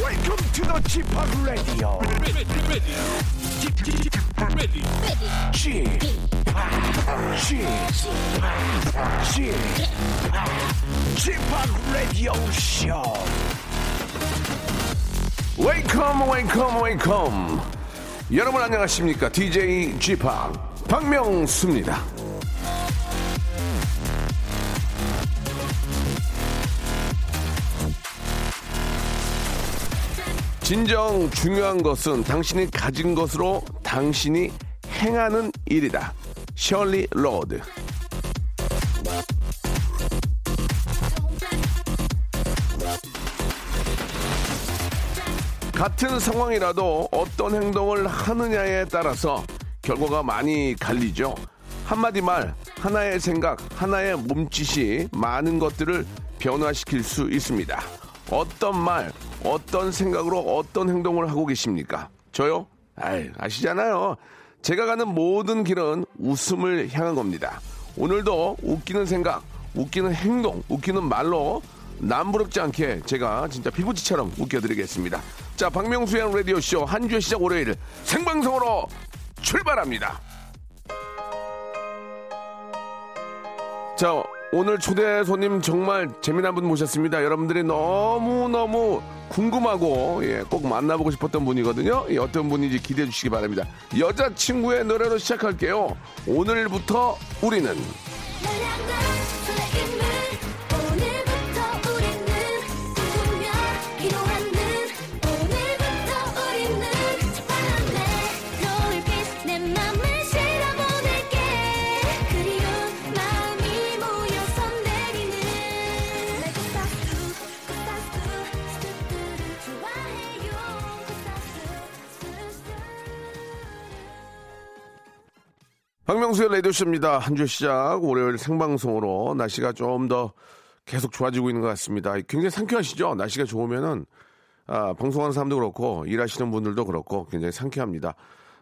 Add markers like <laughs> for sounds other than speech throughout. Welcome to the g p o p Radio. g p o p g p o p Radio Show. 웨이컴 웨이컴 웨이컴 여러분 안녕하십니까 DJ g p o 박명수입니다 진정 중요한 것은 당신이 가진 것으로 당신이 행하는 일이다 셜리 로드 같은 상황이라도 어떤 행동을 하느냐에 따라서 결과가 많이 갈리죠. 한마디 말, 하나의 생각, 하나의 몸짓이 많은 것들을 변화시킬 수 있습니다. 어떤 말, 어떤 생각으로 어떤 행동을 하고 계십니까? 저요? 아이, 아시잖아요. 제가 가는 모든 길은 웃음을 향한 겁니다. 오늘도 웃기는 생각, 웃기는 행동, 웃기는 말로 남부럽지 않게 제가 진짜 피부지처럼 웃겨드리겠습니다. 자, 박명수의 라디오쇼 한 주의 시작 월요일 생방송으로 출발합니다. 자, 오늘 초대 손님 정말 재미난 분 모셨습니다. 여러분들이 너무너무 궁금하고 예, 꼭 만나보고 싶었던 분이거든요. 예, 어떤 분인지 기대해 주시기 바랍니다. 여자친구의 노래로 시작할게요. 오늘부터 우리는 날량과 설레임을 오늘부터 우리는 꿈꾸며 기도하는 오늘부터 우리는 첫바람에 노을빛 내 맘을 실어보낼게 그리운 마음이 모여서 내리는 날 꽃사수 꽃사수 스투뚜루 좋아해요 꽃사수 스투뚜루 박명수의 라디오쇼입니다. 한 주 시작 월요일 생방송으로 날씨가 좀 더 계속 좋아지고 있는 것 같습니다. 굉장히 상쾌하시죠? 날씨가 좋으면은 아, 방송하는 사람도 그렇고 일하시는 분들도 그렇고 굉장히 상쾌합니다.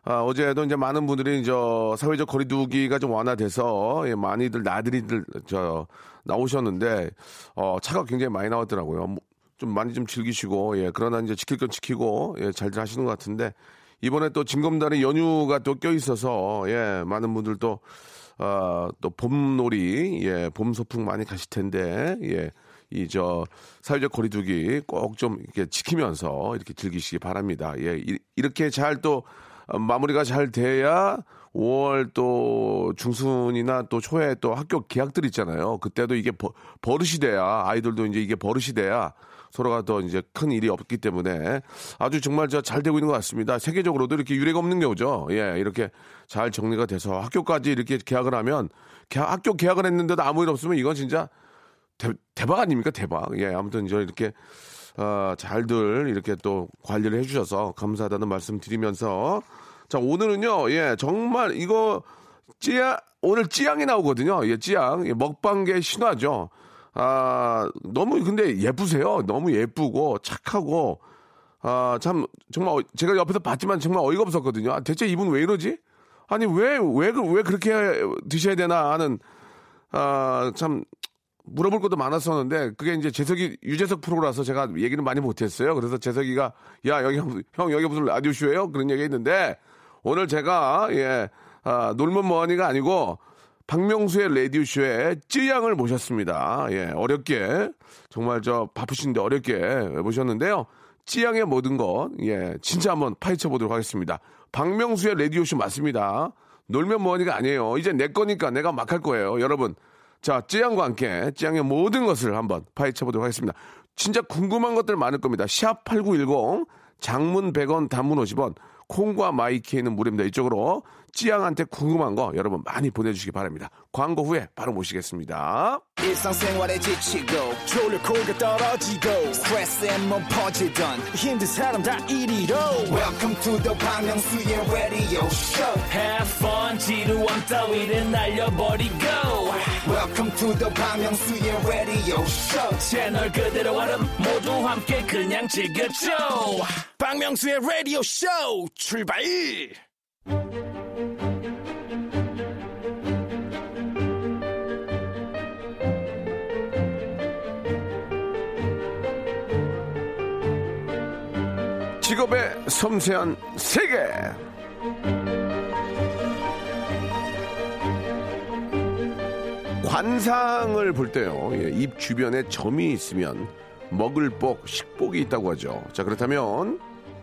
아, 어제도 이제 많은 분들이 저 사회적 거리두기가 좀 완화돼서 예, 많이들 나들이들 저 나오셨는데 어, 차가 굉장히 많이 나왔더라고요. 뭐, 좀 많이 좀 즐기시고 예, 그러나 이제 지킬 건 지키고 예, 잘들 하시는 것 같은데 이번에 또 징검다리 연휴가 또 껴 있어서 예, 많은 분들 또 아, 또 봄놀이, 예, 봄 소풍 많이 가실 텐데, 예, 이 저 사회적 거리두기 꼭 좀 이렇게 지키면서 이렇게 즐기시기 바랍니다. 예, 이, 이렇게 잘 또 어, 마무리가 잘 돼야 5월 또 중순이나 또 초에 또 학교 개학들 있잖아요. 그때도 이게 버, 버릇이 돼야 아이들도 이제 이게 버릇이 돼야 서로가 더 이제 큰 일이 없기 때문에 아주 정말 저 잘 되고 있는 것 같습니다. 세계적으로도 이렇게 유례가 없는 경우죠. 예, 이렇게 잘 정리가 돼서 학교까지 이렇게 계약을 하면 개- 학교 계약을 했는데도 아무 일 없으면 이건 진짜 대, 박 아닙니까 대박. 예, 아무튼 저 이렇게 어, 잘들 이렇게 또 관리를 해주셔서 감사하다는 말씀 드리면서 자 오늘은요, 예, 정말 이거 찌양 오늘 찌양이 나오거든요. 예, 찌양 예, 먹방계 신화죠. 아 너무 근데 예쁘세요. 너무 예쁘고 착하고 아, 참, 정말, 어- 제가 옆에서 봤지만 정말 어이가 없었거든요. 아, 대체 이분 왜 이러지? 아니, 왜, 왜, 그- 왜 그렇게 드셔야 되나 하는, 아, 참, 물어볼 것도 많았었는데, 그게 이제 재석이, 유재석 프로라서 제가 얘기를 많이 못했어요. 그래서 재석이가, 야, 여기, 무슨- 형, 여기 무슨 라디오쇼예요 그런 얘기 했는데, 오늘 제가, 예, 아, 놀면 뭐하니가 아니고, 박명수의 라디오쇼에 쯔양을 모셨습니다. 예, 어렵게, 정말 저 바쁘신데 어렵게 모셨는데요. 찌양의 모든 것, 예, 진짜 한번 파헤쳐 보도록 하겠습니다. 박명수의 라디오쇼 맞습니다. 놀면 뭐하니가 아니에요. 이제 내 거니까 내가 막 할 거예요. 여러분, 자, 찌양과 함께 찌양의 모든 것을 한번 파헤쳐 보도록 하겠습니다. 진짜 궁금한 것들 많을 겁니다. 샵8910, 장문 100원, 단문 50원, 콩과 마이키에는 무료입니다. 이쪽으로 찌양한테 궁금한 거 여러분 많이 보내주시기 바랍니다. 광고 후에 바로 모시겠습니다. 일상생활에 지치고, 졸려 코가 떨어지고, 스트레스에 몸 퍼지던, 힘든 사람 다 이리로. welcome to the Bang Myung-soo's radio show Have fun 지루함 따위를 날려버리고 welcome to the Bang Myung-soo's radio show 채널 그대로 얼음 모두 함께 그냥 즐겨줘 박명수의 라디오 쇼 출발. 직업의 섬세한 세계. 관상을 볼 때요, 예, 입 주변에 점이 있으면 먹을 복, 식복이 있다고 하죠. 자, 그렇다면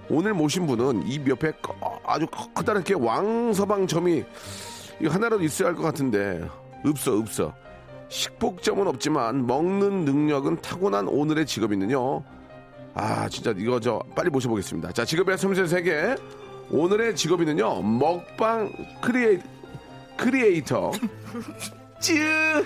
오늘 모신 분은 입 옆에 커- 아주 커다랗게 왕서방 점이 이거 하나라도 있어야 할 것 같은데 없어 없어 식복점은 없지만 먹는 능력은 타고난 오늘의 직업인은요 아 진짜 이거 저 빨리 모셔보겠습니다 자 직업의 섬세 세계 오늘의 직업인은요 먹방 크리에이, <laughs> 크리에이터 쯔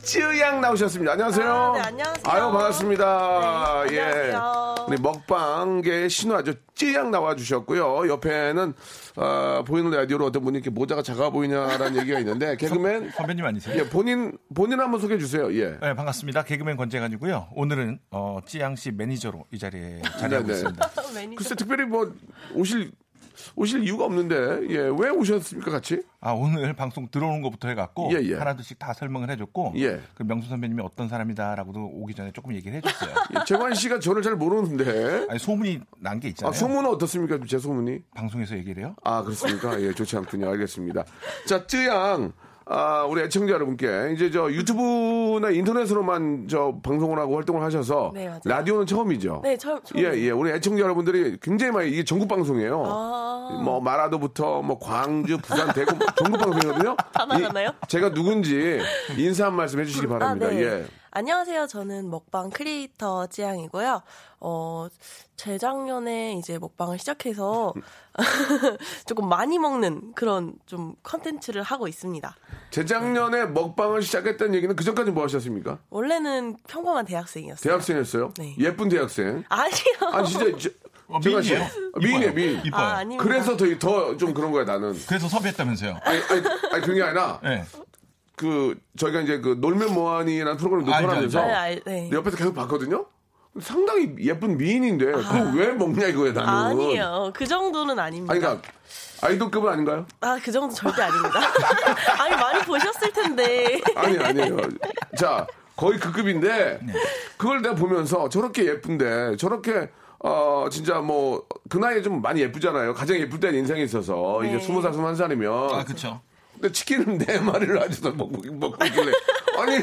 쯔양 나오셨습니다 안녕하세요 아, 네, 안녕하세요. 아유 반갑습니다 네, 예 안녕하세요. 우리 먹방계 신화죠 쯔양 나와주셨고요 옆에는 아, 보이는 라디오로 어떤 분이 이렇게 모자가 작아 보이냐라는 얘기가 있는데 개그맨 선배님 아니세요? 예 본인 본인 한번 소개해 주세요 예 네, 반갑습니다. 개그맨 권재관이고요. 오늘은 어, 찌양 씨 매니저로 이 자리에 자리하고 네, 네. 있습니다. 매니저. 글쎄 특별히 뭐 오실 오실 이유가 없는데 예 왜 오셨습니까 같이 아, 오늘 방송 들어오는 것부터 해갖고 예, 예. 하나둘씩 다 설명을 해줬고 예. 그 명수 선배님이 어떤 사람이다라고도 오기 전에 조금 얘기를 <laughs> 해줬어요. 예, 재관 씨가 저를 잘 모르는데 아니, 소문이 난 게 아 있잖아요. 소문은 어떻습니까 제 소문이 방송에서 얘기를 해요? 아 그렇습니까 예 좋지 않군요 알겠습니다 자 쯔양 아 우리 애청자 여러분께 이제 저 유튜브나 인터넷으로만 저 방송을 하고 활동을 하셔서 네, 맞아요. 라디오는 처음이죠 네, 처음. 처음. 예, 예. 우리 애청자 여러분들이 굉장히 많이, 이게 전국 방송이에요. 아. 뭐, 마라도부터, 뭐, 광주, 부산, 대구, 뭐 전국 방송이거든요. <laughs> 다 나가나요? 이- 제가 누군지 인사 한 말씀 해주시기 바랍니다. 아, 네. 예. 안녕하세요. 저는 먹방 크리에이터 찌양이고요. 어, 재작년에 이제 먹방을 시작해서 <laughs> 조금 많이 먹는 그런 좀 컨텐츠를 하고 있습니다. 재작년에 먹방을 시작했다는 얘기는 그 전까지 뭐 하셨습니까? 원래는 평범한 대학생이었어요. 대학생이었어요? 네. 예쁜 대학생. 아니요. 아, 진짜. 저, 어, 제가 씨. 미인이에요. 미인이에요, 이뻐요. 미인. 이뻐요. 아, 아닙니다. 그래서 더 좀 그런 거야, 나는. 그래서 섭외했다면서요? 아니, 아니, 아니, 그게 아니라, 네. 그, 저희가 이제 그, 놀면 뭐하니라는 프로그램을 녹화를 알죠, 하면서. 알죠. 네, 알- 네. 근데 옆에서 계속 봤거든요. 상당히 예쁜 미인인데 아. 그걸 왜 먹냐 이거야 나는. 아니요. 그 정도는 아닙니다. 아니, 그러니까 아이돌급은 아닌가요? 아, 그 정도 절대 아닙니다. <laughs> 아니, 많이 보셨을 텐데. 아니 아니에요. 자 거의 그 급인데 네. 그걸 내가 보면서 저렇게 예쁜데 저렇게 어 진짜 뭐 그 나이에 좀 많이 예쁘잖아요. 가장 예쁠 때는 인생에 있어서 네. 이제 스무 살 스무 한 살이면. 아, 그쵸. 근데 치킨은 네 마리를 아직도 먹고 먹고 있길래 아니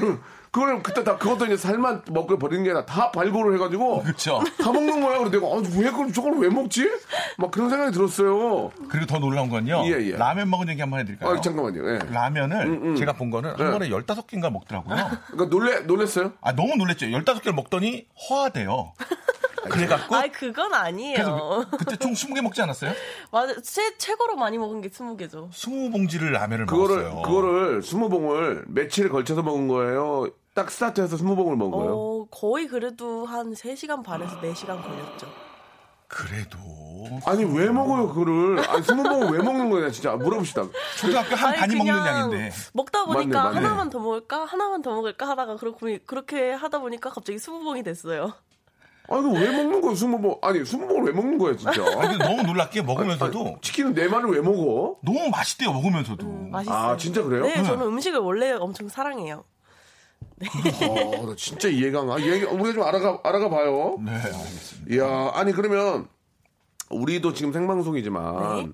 그걸 그때 다 그것도 이제 살만 먹고 버리는 게 아니라 다 발굴을 해가지고 그쵸. 다 먹는 거야. 그래 내가 아, 왜 그럼 저걸 왜 먹지? 막 그런 생각이 들었어요. 그리고 더 놀라운 건요. 예, 예. 라면 먹은 얘기 한번 해드릴까요? 아 잠깐만요. 예. 라면을 제가 본 거는 네. 한 번에 15개인가 먹더라고요. 그러니까 놀래 놀랬어요? 아 너무 놀랬죠. 15개를 먹더니 <laughs> 허화돼요. 뭐? 그래갖고 아, 그건 아니에요. 그래서 그, 때총 20개 먹지 않았어요? 맞아, 최, 최고로 많이 먹은 게 20개죠. 20봉지를 라면을 그거를 먹었어요. 그거를 스무 봉을 며칠에 걸쳐서 먹은 거예요. 딱 스타트해서 스무 봉을 먹은 거예요. 어, 거의 그래도 한 3시간 반에서 4시간 걸렸죠. 그래도 아니 왜 먹어요 그거를? 아니 스무 봉을 왜 먹는 거냐 진짜 물어봅시다. 초등학교 한 아니, 반이 그냥 먹는 양인데 먹다 보니까 맞네, 맞네. 하나만 더 먹을까? 하나만 더 먹을까? 하다가 그렇게, 그렇게 하다 보니까 갑자기 20봉이 됐어요. 아니 그거 왜 먹는 거야 스무 봉? 아니 스무 봉을 왜 먹는 거야 진짜? <laughs> 아, 근데 너무 놀랍게 먹으면서도 치킨은 네 마리를 왜 먹어? 너무 맛있대요 먹으면서도 음, 맛있어요. 아 진짜 그래요? 네, 네. 저는 음식을 원래 엄청 사랑해요. 어, 나 진짜 이해가 안 가. 이해- 우리가 좀 알아가 알아가 봐요. 네 알겠습니다. 이야, 아니 그러면 우리도 지금 생방송이지만 네.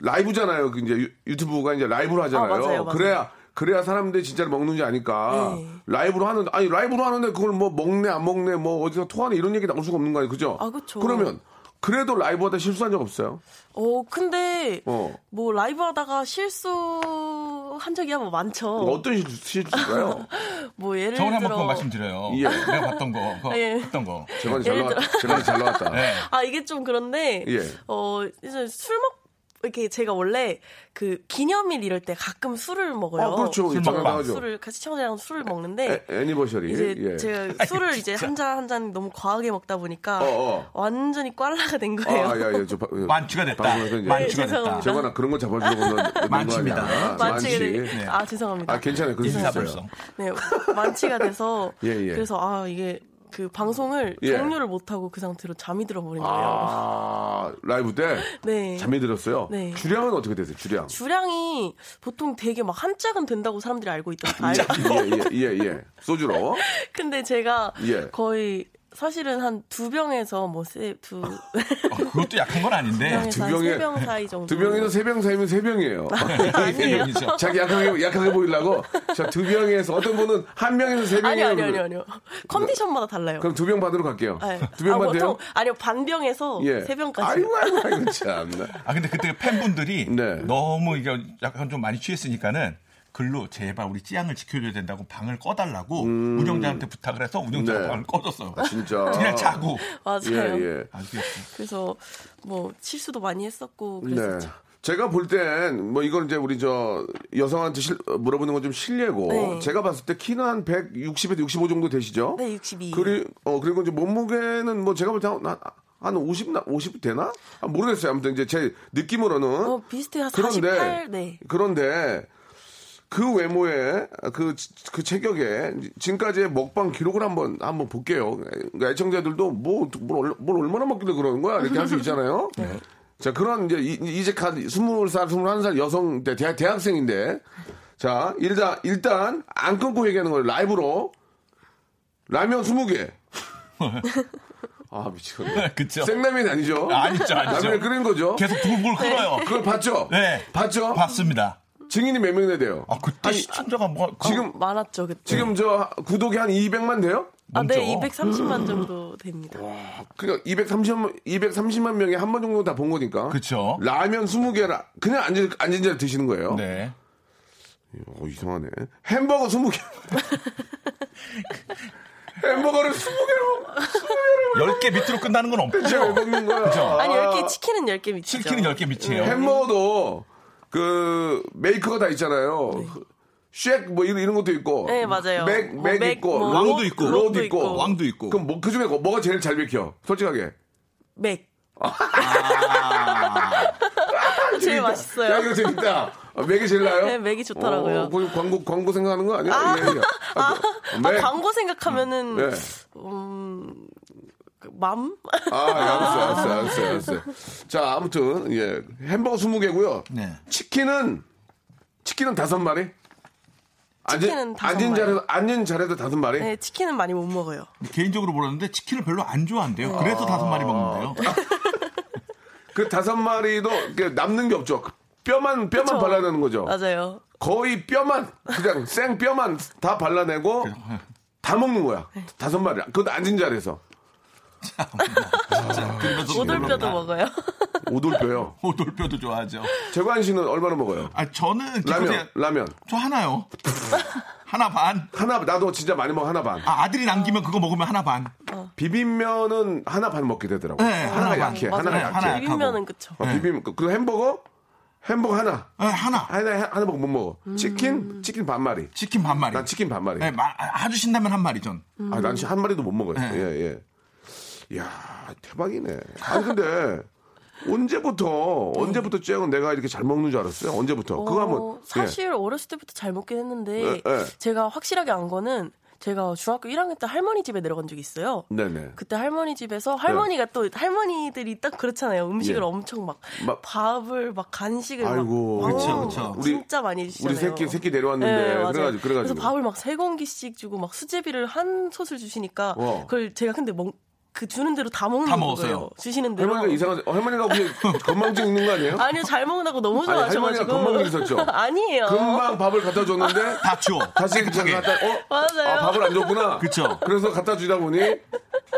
라이브잖아요. 그 이제 유- 유튜브가 이제 라이브로 하잖아요. 아, 맞아요, 맞아요. 그래야 그래야 사람들이 진짜로 먹는지 아니까 네. 라이브로 하는 아니 라이브로 하는데 그걸 뭐 먹네 안 먹네 뭐 어디서 토하네 이런 얘기 나올 수가 없는 거 아니에요, 그죠? 아, 그쵸. 그러면 그래도 라이브 하다 실수한 적 없어요? 어, 근데 어. 뭐 라이브 하다가 실수한 적이 한번 많죠. 어떤 실수, 실수일까요? <laughs> 뭐 예를 저번에 한번 그거 들어 말씀드려요. 예. 내가 봤던 거, 그거 예. 봤던 거. 제가 잘 예를 들어- 나왔다. 제가 잘 나왔다. 네. 아 이게 좀 그런데 예. 어 이제 술 먹. 이렇게 제가 원래 그 기념일 이럴 때 가끔 술을 먹어요. 아, 그렇죠. 술 있잖아요, 먹방. 나가죠. 술을 같이 시청자랑 술을 먹는데 애- 애니버셔리. 이제 예. 제가 술을 이제 한 잔 한 잔 너무 과하게 먹다 보니까 어, 완전히 꽐라가 된 거예요. 아, 야, 야, 저 바- 만취가 됐다. 방송에서 이제- 만취가 죄송합니다. 됐다. 저- 저거나 그런 거 잡아주려고 <laughs> 하는 거 만취입니다. 네. 아니야. <laughs> 만취가 된- 만취. 아 죄송합니다. 아 괜찮아요. 그럴 수 있어요. 인사불성. 네 만취가 돼서 <laughs> 예, 예. 그래서 아 이게 그 방송을 예. 종료를 못 하고 그 상태로 잠이 들어버린 거예요. 아 라이브 때 네. 잠이 들었어요. 네. 주량은 어떻게 되세요? 주량. 주량이 보통 되게 막 한 짝은 된다고 <laughs> 사람들이 알고 있다. 예. 예예 예, 예, 예. 소주로. 근데 제가 예. 거의 사실은 한 두 병에서 <laughs> 뭐세두 아, 그것도 약한 건 아닌데. 병에서 어. 병에- 한세병 사이 정도. 두 병에서 세 병 사이면 세 병이에요. 아니에요. 병이죠. 자기 약하게, 약하게 보이려고. 자, 두 병에서 어떤 분은 한 병에서 세 아니 병이에요. 아니 아니 아니요. 컨디션마다 달라요. 그, 그럼 두 병 반으로 갈게요. 네. 두 병 아, 반 돼요? 예. 보통- 아니요 반병에서 세 병까지. 아이고, 아이고, 아이고, 참나. 아 근데 그때 팬분들이 <laughs> 네. 너무 이게 약간 좀 많이 취했으니까는 글로 제발 우리 찌양을 지켜줘야 된다고 방을 꺼달라고 운영자한테 부탁을 해서 운영자가 음. 네. 방을 꺼줬어요. 진짜. <laughs> 그냥 자고. 맞아요. 예, 예. 아주 귀엽죠. 그래서 뭐 실수도 많이 했었고 네. 그랬었죠. 제가 볼 땐 뭐 이건 이제 우리 저 여성한테 실- 어, 물어보는 건 좀 실례고 네. 제가 봤을 때 키는 한 160에서 65 정도 되시죠? 네, 62. 그리 어 그리고 이제 몸무게는 뭐 제가 볼 때 한 50, 나- 50 되나? 아, 모르겠어요. 아무튼 이제 제 느낌으로는 어, 비슷해요. 48. 네. 그런데 그 외모에 그, 그 체격에 지금까지의 먹방 기록을 한번 한번 볼게요. 그러니까 애청자들도 뭐, 뭘, 얼- 뭘 얼마나 먹길래 그러는 거야 이렇게 할 수 있잖아요. 자 그런 이제 이- 이제 갓 20살 21살 여성 대 대학, 대학생인데 자 일단 일단 안 끊고 얘기하는 거예요 라이브로 라면 20개. 아 미치겠네. <laughs> 그쵸. 생라면 아니죠? 아니죠, 아니죠. 라면을 끓인 거죠. 계속 불불 끓어요. 그걸 봤죠? 네. 봤죠? 봤습니다. 증인이 몇 명이나 돼요? 아 그때 시청자가 뭐 지금- 어, 많았죠 그때. 지금 저 구독이 한 200만 돼요? 아, 네, 넘죠. 230만 정도 됩니다. 그러니까 230만 230만 명이 한 번 정도 다 본 거니까. 그쵸. 라면 20개라 그냥 앉은 앉은 자리 드시는 거예요. 네. 어, 이상하네. 햄버거 20개. 햄버거를 20개로 10개 밑으로 끝나는 건 제가 왜 없죠. 먹는 거야? 아니 10개 치킨은 10개 미치죠. 실키는 10개 밑이에요. 햄버거도 그 메이커가 다 있잖아요. 쉑뭐 이런, 이런 것도 있고. 네, 맞아요. 맥, 뭐 맥, 맥, 있고. 뭐 로우도 로우도 있고. 있고. 로우도 있고. 있고. 왕도 있고. 그럼 뭐, 그 중에 뭐가 제일 잘 비켜? 솔직하게. 맥. 아. <laughs> 재밌다. 그러니까 야, 제일 네, 맛있어요. 이거 재밌다. 아, 맥이 제일 나요? 네, 맥이 좋더라고요. 어, 그거 광고, 광고 생각하는 거 아니야? 예, 예. 아, 그, 아, 맥. 광고 생각하면은 네. 음. 그 맘? <laughs> 아, 예, 알았어요, 알았어요, 알았어요, 알았어요. 자, 아무튼, 예. 햄버거 20개고요. 네. 치킨은, 치킨은 다섯 마리? 앉은- 치킨은 다섯 앉은 마리. 자리에서, 앉은 자리에서 다섯 마리? 네, 치킨은 많이 못 먹어요. 개인적으로 몰랐는데 치킨을 별로 안 좋아한대요. 그래서 다섯 마리 먹는데요. 그 다섯 마리도 이렇게 남는 게 없죠. 그 뼈만, 뼈만 그쵸. 발라내는 거죠. 맞아요. 거의 뼈만 그냥 생 뼈만 다 발라내고 다 먹는 거야. 네. 다섯 마리. 그것도 앉은 자리에서 그러면서 오돌뼈도 아, 별로 먹어요. 오돌뼈요. 안- 오돌뼈도 뭐 좋아하죠. 재관 씨는 얼마나 먹어요? 아 저는 라면, 기껏해야- 라면 저 하나요. 하나 반. 하나 나도 진짜 많이 먹어 하나 반. 아, 아들이 남기면 그거 먹으면 하나 반. 비빔면은 하나 반 먹게 되더라고. 네, 하나가 하나 반. 약해. 맞아요. 네. 하나가 약해. 하나. 비빔면은 그쵸. 어, 비빔 그 햄버거 햄버거 하나 네, 하나. 하나 하나 먹못 먹어. 치킨 치킨 반 마리. 치킨 반 마리. 난 치킨 반 마리. 네, 마- 아주 신다면 한 마리 전. 아, 난 한 마리도 못 먹어요. 네. 예, 예. 야 대박이네. 아니, 근데, 언제부터, 언제부터 쨍은 내가 이렇게 잘 먹는 줄 알았어요? 언제부터? 그거 어, 한번. 사실 어렸을 때부터 잘 먹긴 했는데 예, 예. 제가 확실하게 안 거는 제가 중학교 1학년 때 할머니 집에 내려간 적이 있어요. 예. 네네. 그때 할머니 집에서 할머니가 또 할머니들이 딱 그렇잖아요. 음식을 예. 엄청 막 막- 밥을 막 간식을 아이고. 막 그쵸, 어우, 그쵸. 우리- 진짜 많이 주시잖아요. 우리 새끼, 새끼 내려왔는데. 네, 맞아요. 그래가지고, 그래서 그래가지고. 밥을 막 세 공기씩 주고 막 수제비를 한 솥을 주시니까 어. 그걸 제가 근데 먹, 그 주는 대로 다 먹는 다 먹었어요. 거예요. 주시는 대로. 할머니가 이상하지. 어, 할머니가 혹시 건망증 있는 거 아니에요? <laughs> 아니요 잘 먹는다고 너무 아니, 할머니가 좋아하셔가지고 건망증 있었죠? <laughs> 아니에요. 금방 밥을 갖다 줬는데. 다 줘. 다시 그냥 갖다, 어? 아, 맞아요. 밥을 안 줬구나. 그쵸. 그래서 갖다 주다 보니,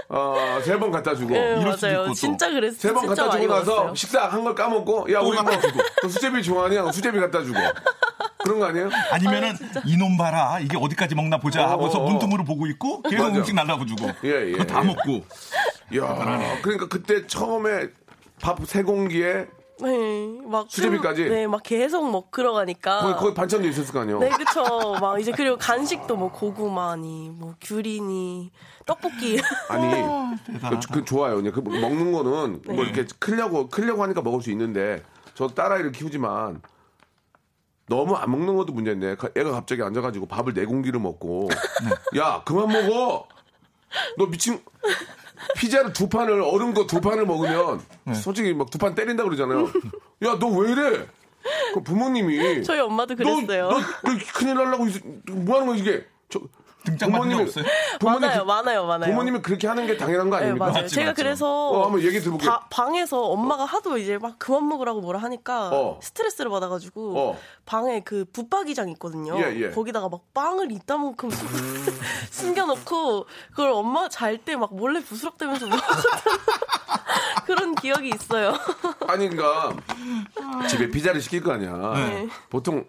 어, 세 번 갖다 주고. 네, 이럴 수도 있고 맞아요. 또. 진짜 그랬어요. 세 번 진짜 갖다 많이 주고 나서 먹었어요. 식사 한 걸 까먹고 야 우리 갖다 주고. 뭐너 수제비 좋아하냐 하고 수제비 갖다 주고 그런 거 아니에요? 아니면은 이놈 봐라 이게 어디까지 먹나 보자 하고서 어, 어. 문틈으로 보고 있고 계속 맞아. 음식 날라고 주고 예, 예, 그거 다 예. 먹고 야 그러니까 그때 처음에 밥 세 공기에 네, 막 수제비까지? 술- 네, 막 계속 먹 들어가니까. 거의, 거의 반찬도 있었을 거 아니에요? 아. 네, 그쵸. 막 이제 그리고 간식도 뭐 고구마니, 뭐 귤이니, 떡볶이. <laughs> 어. 아니 그, 그 좋아요. 이제 그 먹는 거는 네. 뭐 이렇게 크려고 크려고 하니까 먹을 수 있는데 저 딸아이를 키우지만 너무 안 먹는 것도 문제인데 가- 애가 갑자기 앉아가지고 밥을 네 공기를 먹고 네. 야 그만 먹어 너 미친 피자를 두 판을 얼음 거 두 판을 먹으면 네. 솔직히 막 두 판 때린다 그러잖아요. 야 너 왜 이래? 그 부모님이 저희 엄마도 그랬어요. 너, 너, 너 큰일 날라고 있- 뭐 하는 거야 이게? 저 등짝만 이 부모님이- 없어요. 부모님 많아요, 그- 많아요, 많아요. 부모님이 그렇게 하는 게 당연한 거 네, 아닙니까? 맞아요. 맞지, 제가 맞지. 그래서 어, 한번 얘기 들어볼게요. 바- 방에서 엄마가 하도 이제 막 그만 먹으라고 뭐라 하니까 어. 스트레스를 받아가지고 어. 방에 그 붙박이장 있거든요. 예, 예. 거기다가 막 빵을 이따만큼 숨- <laughs> 숨겨놓고 그걸 엄마 잘 때 막 몰래 부스럭대면서 먹었던 <laughs> 그런 기억이 있어요. <laughs> 아니 그러니까 집에 피자를 시킬 거 아니야. 보통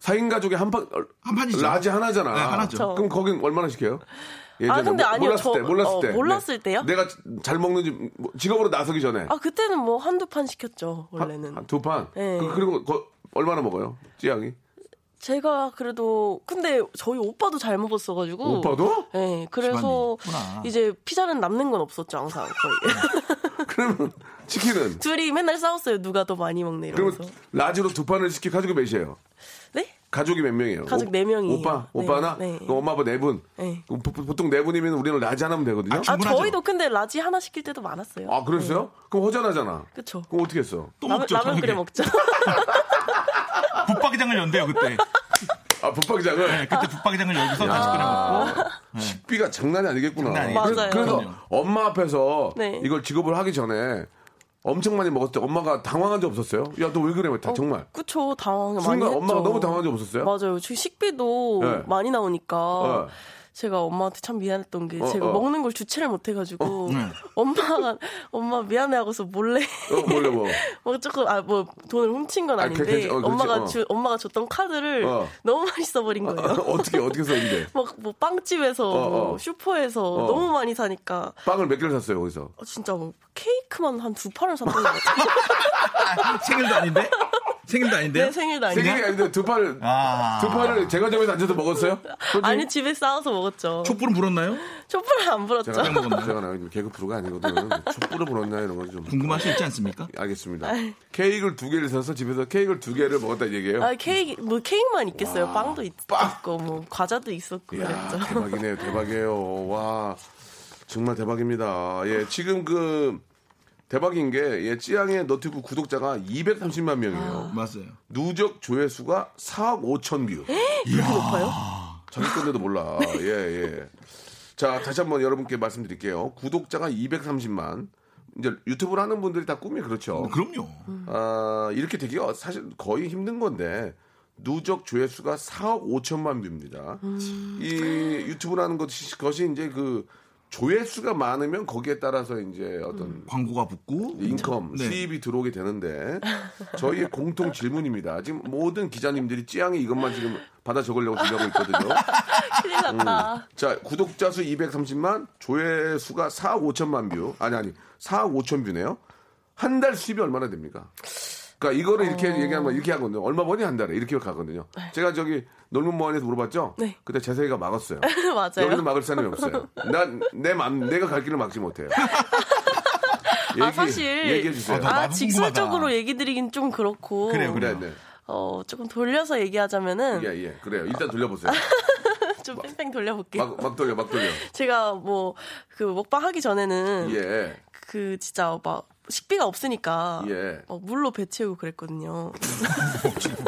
4인 가족에 한 판, 네. 한 판이죠. 라지 하나잖아. 네, 하나죠. 저. 그럼 거긴 얼마나 시켜요? 아, 몰- 근데 아니요, 몰랐을 저- 때, 몰랐을 어, 때. 몰랐을 네. 때요? 내가 잘 먹는지 뭐, 직업으로 나서기 전에. 아 그때는 뭐 한두 판 시켰죠 원래는. 한, 두 판. 네. 그, 그리고 거- 얼마나 먹어요? 찌양이? 제가 그래도 근데 저희 오빠도 잘 먹었어가지고 오빠도? 네, 그래서 있구나. 이제 피자는 남는 건 없었죠 항상 거의. 그러면 치킨은? 둘이 맨날 싸웠어요 누가 더 많이 먹네 그러면 이러면서. 라지로 두 판을 시키 가족이 몇이에요? 네? 가족이 몇 명이에요? 가족 오- 네 명이에요. 오빠, 네, 오빠나 네. 그럼 엄마 아빠 네 분. 네. 보- 보- 보통 네 분이면 우리는 라지 하나면 되거든요. 아, 아 충분하죠. 저희도 근데 라지 하나 시킬 때도 많았어요. 네. 아, 그랬어요? 그럼 허전하잖아. 그쵸. 그럼 어떻게 했어? 또 라면, 먹죠. 라면 저녁에. 끓여 <laughs> 먹죠. 붙박이장을 연대요 그때. 아, 붙박이장을 네, 그때 붙박이장을 열고서 다시 끓여 먹고. 삐가 장난이 아니겠구나. 네. 장난이 그래서- 맞아요. 그래서 그럼요. 엄마 앞에서 네. 이걸 직업을 하기 전에 엄청 많이 먹었을 때 엄마가 당황한 적 없었어요? 야, 너 왜 그래? 다 정말. 그쵸 당황 많이 순간 했죠. 뭐. 엄마가 너무 당황한 적 없었어요? 맞아요. 지금 식비도 네. 많이 나오니까 네. 제가 엄마한테 참 미안했던 게 어, 제가 어. 먹는 걸 주체를 못 해가지고 네. 엄마가 엄마 미안해 하고서 몰래 어, <laughs> 몰래 뭐. 뭐 조금 아 뭐 돈을 훔친 건 아, 아닌데 괜찮- 어, 그렇지. 엄마가 어. 주 엄마가 줬던 카드를 어. 너무 많이 써버린 거예요. <laughs> 어떻게, 어떻게 썼는데? <laughs> 막 뭐 빵집에서 어, 뭐 어. 슈퍼에서 어. 너무 많이 사니까 빵을 몇 개를 샀어요, 거기서? 어, 진짜 뭐 케이크만 한 두 판을 샀던 것 같아요. 생일도 아닌데? 생일도 아닌데? 내 네, 생일도 아니고 생일이 아닌데 두 팔을, 아. 두 팔을 제과점에서 앉아서 먹었어요? 솔직히? 아니 집에 싸워서 먹었죠. 촛불은 불었나요? 촛불을 안 불었죠. 제가 먹었나요? 제가 나 개그 프로가 아니거든요. 촛불을 불었나 이런 거좀 궁금할 수 있지 않습니까? 알겠습니다. 케이크를 두 개를 사서 집에서 케이크를 두 개를 먹었다는 얘기예요. 아 케이크 뭐 케이크만 있겠어요. 빵도 있, 고뭐 과자도 있었고 이야, 그랬죠. 아, <laughs> 대박이네요. 대박이에요. 와, 정말 대박입니다. 예, 지금 그 대박인 게 예, 찌양의 너튜브 구독자가 230만 명이에요. 맞아요. 누적 조회수가 4억 5천 뷰. 그렇게 높아요? 자기 건데도 몰라. 예, 예. 자, 다시 한번 여러분께 말씀드릴게요. 구독자가 230만. 이제 유튜브를 하는 분들이 다 꿈이 그렇죠. 뭐 그럼요. 아, 이렇게 되기가 사실 거의 힘든 건데 누적 조회수가 4억 5천만 뷰입니다. 이 유튜브라는 것이, 것이 이제 그 조회수가 많으면 거기에 따라서 이제 어떤 광고가 붙고 인컴 음. 네. 수입이 들어오게 되는데 저희의 공통 질문입니다. 지금 모든 기자님들이 찌양이 이것만 지금 받아 적으려고 준비하고 있거든요. 큰일 났다. 자, 구독자 수 230만, 조회수가 4억 5천만 뷰. 아니, 아니, 4억 5천 뷰네요. 한 달 수입이 얼마나 됩니까? 그러니까 이거를 이렇게 어. 얘기하면 이렇게 하거든요. 얼마 버니 한 달에 이렇게 가거든요. 제가 저기 논문 모아에서 물어봤죠? 네. 그때 재세이가 막았어요. <laughs> 맞아요. 음. 여기는 막을 사람이 없어요. 난 내 맘, 내가 갈 길을 막지 못해요. <laughs> 아 사실 얘기해 주세요. 아, 나- 아 나도 직설적으로 궁금하다. 얘기 드리긴 좀 그렇고 그래요, 그래, 네. 어 조금 돌려서 얘기하자면은 예, 예. 그래요. 일단 돌려보세요. <laughs> 좀 뺑뺑 돌려볼게요. 막, 막 돌려, 막 돌려. 제가 뭐 그 먹방 하기 전에는 예. 그 진짜 막 식비가 없으니까 예. 어, 물로 배 <laughs> 채우고 그랬거든요.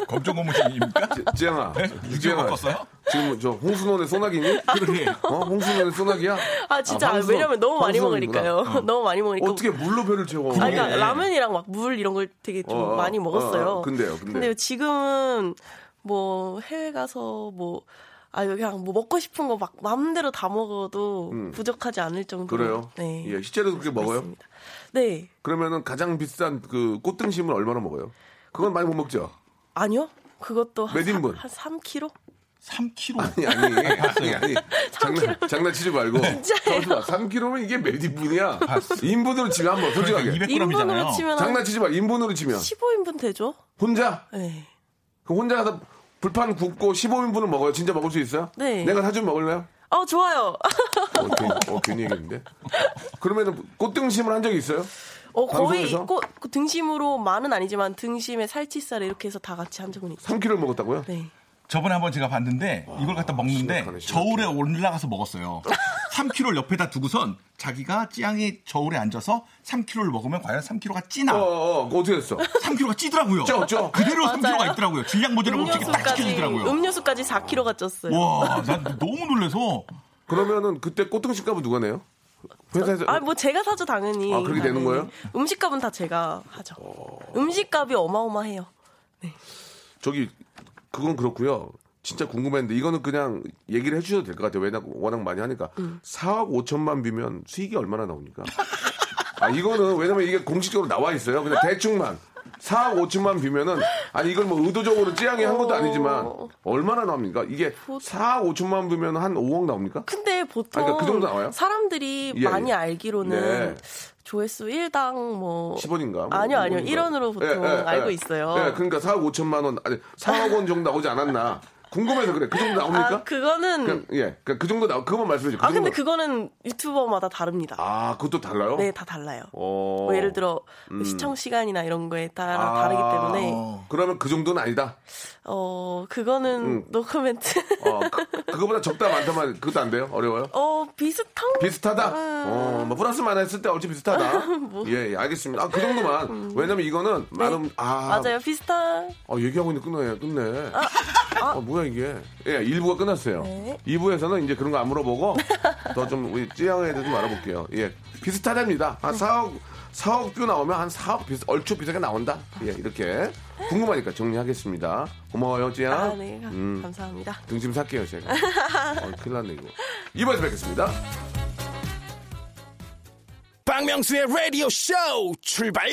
검정 고무신입니까? 지영아. <laughs> 네, 유지영 지영아. 바꿨어요? 네, 지금 저 홍순원의 소나기니? 그러게. 어? 홍수면은 소나기야? <laughs> 아 진짜 황소. 왜냐면 너무 많이 황소이구나. 먹으니까요. <laughs> 너무 많이 먹으니까 어떻게 물로 배를 채워? 아니, 그러니까 예. 라면이랑 막 물 이런 걸 되게 좀 어, 어, 많이 먹었어요. 어, 어, 근데요, 근데. 지금은 뭐 해외 가서 뭐 아, 그냥 뭐 먹고 싶은 거 막 마음대로 다 먹어도 부족하지 않을 음. 정도로. 그래요? 네. 예, 실제로 그렇게 먹어요? 그렇습니다. 네. 그러면은 가장 비싼 그 꽃등심은 얼마나 먹어요? 그건 많이 못 먹죠. <laughs> 아니요. 그것도 한, 몇 인분? 사- 한 3kg? 3kg. 아니 아니 <laughs> 아니 아니 장난 장난치지 말고 <laughs> 진짜요? 3kg면 이게 몇 인분이야? 인분으로 치면 한번 솔직하게 그러니까 200g 이잖아요. 인분으로 치면 한 장난치지 마. 인분으로 치면 15인분 되죠? 혼자 네. 그 혼자 가서 불판 굽고 15인분은 먹어요. 진짜 먹을 수 있어요? 네. 내가 사주면 먹을래요? 어, 좋아요. 어, 괜히, 어, 괜히 얘기인데. 그러면은 꽃등심을 한 적이 있어요? 어, 거의 방송에서? 꼬, 그 등심으로 만은 아니지만 등심에 살치살 이렇게 해서 다 같이 한 적은 있어요. 3kg를 먹었다고요? 네. 저번에 한번 제가 봤는데 이걸 갖다 먹는데 아, 심각하네, 심각해. 저울에 올라가서 먹었어요. 3kg를 옆에다 두고선 자기가 찌양이 저울에 앉아서 3kg를 먹으면 과연 3kg가 찌나? 어, 어, 그거 어떻게 됐어? 3kg가 찌더라고요. 쪄, 쪄. 그대로 맞아요. 3kg가 있더라고요. 질량 모자라고 어떻게 딱 음료수까지 지켜지더라고요. 뭐, 음료수까지 4kg가 쪘어요. 와, 난 너무 놀라서 그러면은 그때 꽃등심 값은 누가 내요? 회사에서 아, 뭐 제가 사죠 당연히. 그 아, 그렇게 되는 당연히. 거예요? 어. 음식값은 다 제가 하죠. 음식값이 어마어마해요. 저기 그건 그렇고요. 진짜 궁금했는데 이거는 그냥 얘기를 해주셔도 될 것 같아요. 왜냐 워낙 많이 하니까 음. 4억 5천만 비면 수익이 얼마나 나옵니까? 아 이거는 왜냐면 이게 공식적으로 나와 있어요. 그냥 대충만 4억 5천만 비면은 아니 이걸 뭐 의도적으로 찌양이 한 것도 아니지만 어. 얼마나 나옵니까? 이게 4억 5천만 비면 한 5억 나옵니까? 근데 보통 아, 그러니까 그 정도 나와요? 사람들이 예, 많이 예. 네. 알기로는 조회수 1당 뭐 10원인가? 아니요, 아니요. 1원으로 보통 알고 있어요. 예, 그러니까 4억 5천만 원 아니 4억 원 정도 나오지 않았나? 궁금해서 그래. 그 정도 나옵니까? 아, 그거는 그냥, 예, 그러니까 그 정도 나, 그것만 말씀해 주세요. 아 근데 정도- 그거는 유튜버마다 다릅니다. 아, 그것도 달라요? 네, 다 달라요. 어. 뭐 예를 들어 시청 시간이나 이런 거에 따라 아. 다르기 때문에 어. 그러면 그 정도는 아니다. 어 그거는 음. 노코멘트. <laughs> 어, 그, 그거보다 적다 많다만 그것도 안 돼요. 어려워요. 어 비슷한 비슷하다. 음. 어, 뭐 플러스만 했을 때 어찌 <laughs> 비슷하다. 뭐. 예, 예, 알겠습니다. 아, 그 정도만. 왜냐면 이거는 많은 아, 네. 맞아요 비슷한 아, 얘기하고 있는 끝나요. 끝내. 아, 뭐야 이게? 예, 1부가 끝났어요. 어? 네. 2부에서는 이제 그런 거 안 물어보고 더 좀 우리 찌양에 대해서 좀 알아볼게요. 예, 비슷하답니다. 한 4억 4억 뷰 나오면 한 4억 비슷 얼추 비슷하게 나온다. 예, 이렇게 궁금하니까 정리하겠습니다. 고마워요, 찌양. 아네 음. 감사합니다. 등심 살게요 제가. 어, 큰일 났네 이거. 2부에서 뵙겠습니다. 박명수의 라디오 쇼 출발!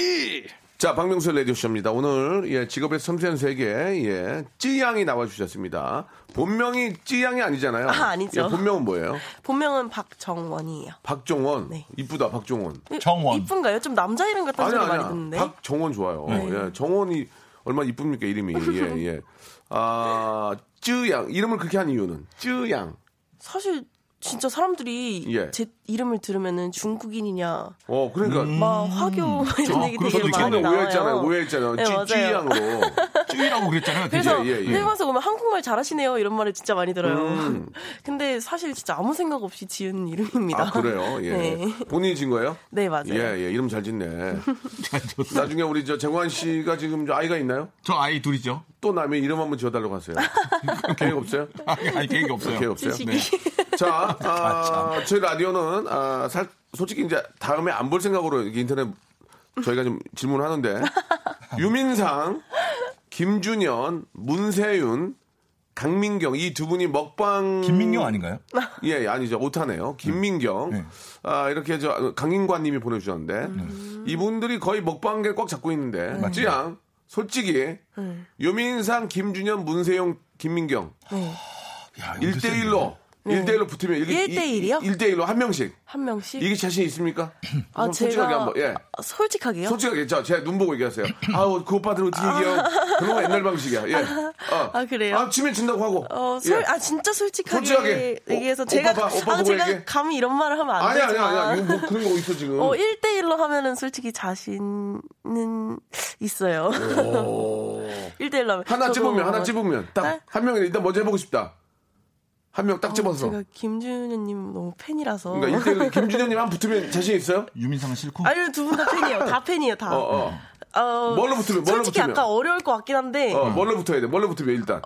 자, 박명수의 라디오쇼입니다. 오늘, 예, 직업의 섬세한 세계, 예, 찌양이 나와주셨습니다. 본명이 찌양이 아니잖아요. 아, 아니죠. 예, 본명은 뭐예요? 본명은 박정원이에요. 박종원. 네. 이쁘다, 박종원. 정원. 이쁜가요? 좀 남자 이름 같다는 소리 많이 네. 듣는데. 박정원 좋아요. 예, 정원이 얼마나 이쁩니까, 이름이. 예, <laughs> 예. 아, 쯔양. 이름을 그렇게 한 이유는? 쯔양. 사실 진짜 사람들이 예. 제 이름을 들으면은 중국인이냐 어, 그러니까. 음. 막 아, 화교 막 이런 얘기 그럴 되게 수도 많이 처음에 나와요. 그렇죠. 오해했잖아요. 오해했잖아요. 네, 맞아요. 쯔, 쯔양으로. 쭈이라고 그랬잖아요. 그죠? 그래서 예, 예, 예. 해외 가서 보면 한국말 잘하시네요 이런 말을 진짜 많이 들어요. <laughs> 근데 사실 진짜 아무 생각 없이 지은 이름입니다. 음. <laughs> 아, 그래요? 예. 네. 본인이 진 거예요? 네, 맞아요. 예, 예. 이름 잘 짓네. 나중에 우리 저 재관 씨가 지금 저 아이가 있나요? 저 아이 둘이죠. <laughs> 또 남의 이름 한번 지어달라고 하세요. <laughs> 계획 없어요? 아니, 아니 계획이 없어요. 계획 없어요? 지식이. 네. <laughs> 자, 아, 저희 라디오는, 아, 살, 솔직히 이제 다음에 안 볼 생각으로 이렇게 인터넷 저희가 좀 질문을 <laughs> 하는데, 유민상, 김준현, 문세윤, 강민경 이 두 분이 먹방 김민경 아닌가요? 예, 아니죠. 오타네요. 김민경. 네. 아, 이렇게 저 강인관 님이 보내주셨는데, 이분들이 거의 먹방계 꽉 잡고 있는데, 네. 찌양, 솔직히, 유민상, 김준현, 문세용, 김민경. 야, 이거 일대일로일대일로 붙으면 이렇게. 일대일이요? 1대1로 한 명씩. 한 명씩. 이게 자신 있습니까? 아, 좀 솔직하게 제가- 한번, 예. 아, 솔직하게요? 솔직하게, 저, 제눈 보고 <clears throat> 얘기하세요. 아우, 그 오빠들 어떻게 얘기해요? 그런 거 옛날 방식이야, <laughs> 예. 어. 아, 그래요? 아, 치면 진다고 하고. 어, 솔, 예. 아 진짜 솔직하게, 솔직하게. 어, 얘기해서 오빠 제가 봐, 오빠 아 보고 제가 얘기해. 감히 이런 말을 하면 안 아니, 아니, 되지만 아니, 아니. 뭐 그런 거 있어, 지금. 어, 1대1로 하면은 솔직히 자신은 있어요. <laughs> 1대1로 하면. 하나 저도 찝으면 하나 뭐- 찝으면 딱 네? 한 명이 일단 먼저 해보고 싶다. 한 명 딱 집어서. 제가 어. 김준현님 너무 팬이라서. 그러니까 <laughs> 일대일 김준현님 한 붙으면 자신 있어요? 유민상은 싫고. 아니, 두 분 다 팬이에요. 다 팬이에요, 다. 어, 어. 어, 뭘로 붙으면, 뭘로 솔직히 붙으면? 아까 어려울 것 같긴 한데, 어, 어, 뭘로 붙어야 돼? 뭘로 붙으면 일단.